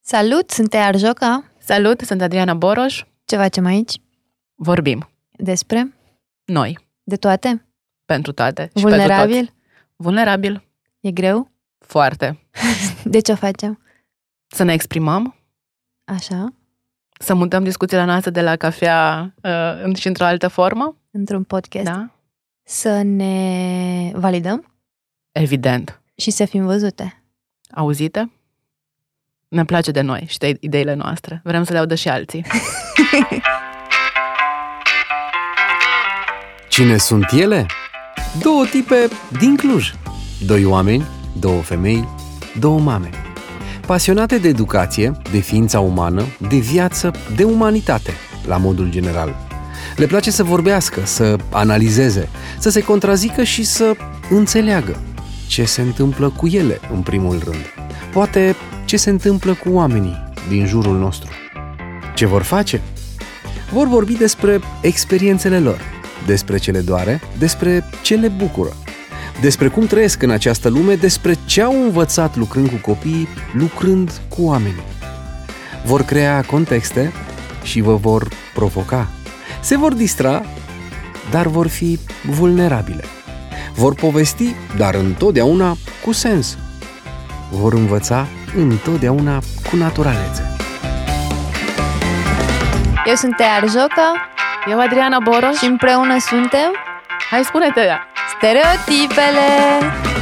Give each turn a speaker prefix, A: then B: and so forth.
A: Salut, sunt Tear Joca.
B: Salut, sunt Adriana Boroș.
A: Ce facem aici?
B: Vorbim.
A: Despre?
B: Noi.
A: De toate?
B: Pentru toate. și Pentru
A: Vulnerabil?
B: tot. Vulnerabil.
A: E greu?
B: Foarte.
A: De ce o facem?
B: Să ne exprimăm,
A: Așa?
B: să mutăm discuțiile noastre de la cafea uh, în- și într-o altă formă.
A: Într-un podcast?
B: Da?
A: Să ne validăm
B: Evident.
A: și să fim văzute.
B: Auzite? Ne place de noi și de ideile noastre. Vrem să le audă și alții.
C: Cine sunt ele? Două tipe din Cluj. Doi oameni, două femei, două mame. Pasionate de educație, de ființa umană, de viață, de umanitate, la modul general. Le place să vorbească, să analizeze, să se contrazică și să înțeleagă ce se întâmplă cu ele, în primul rând. Poate ce se întâmplă cu oamenii din jurul nostru. Ce vor face? vor vorbi despre experiențele lor, despre ce le doare, despre ce le bucură, despre cum trăiesc în această lume, despre ce au învățat lucrând cu copiii, lucrând cu oamenii. Vor crea contexte și vă vor provoca. Se vor distra, dar vor fi vulnerabile. Vor povesti, dar întotdeauna cu sens. Vor învăța întotdeauna cu naturalețe.
A: Eu sunt Tear Joca
B: Eu, Adriana Boroș.
A: și împreună suntem
B: Hai, spune-te!
A: Stereotipele!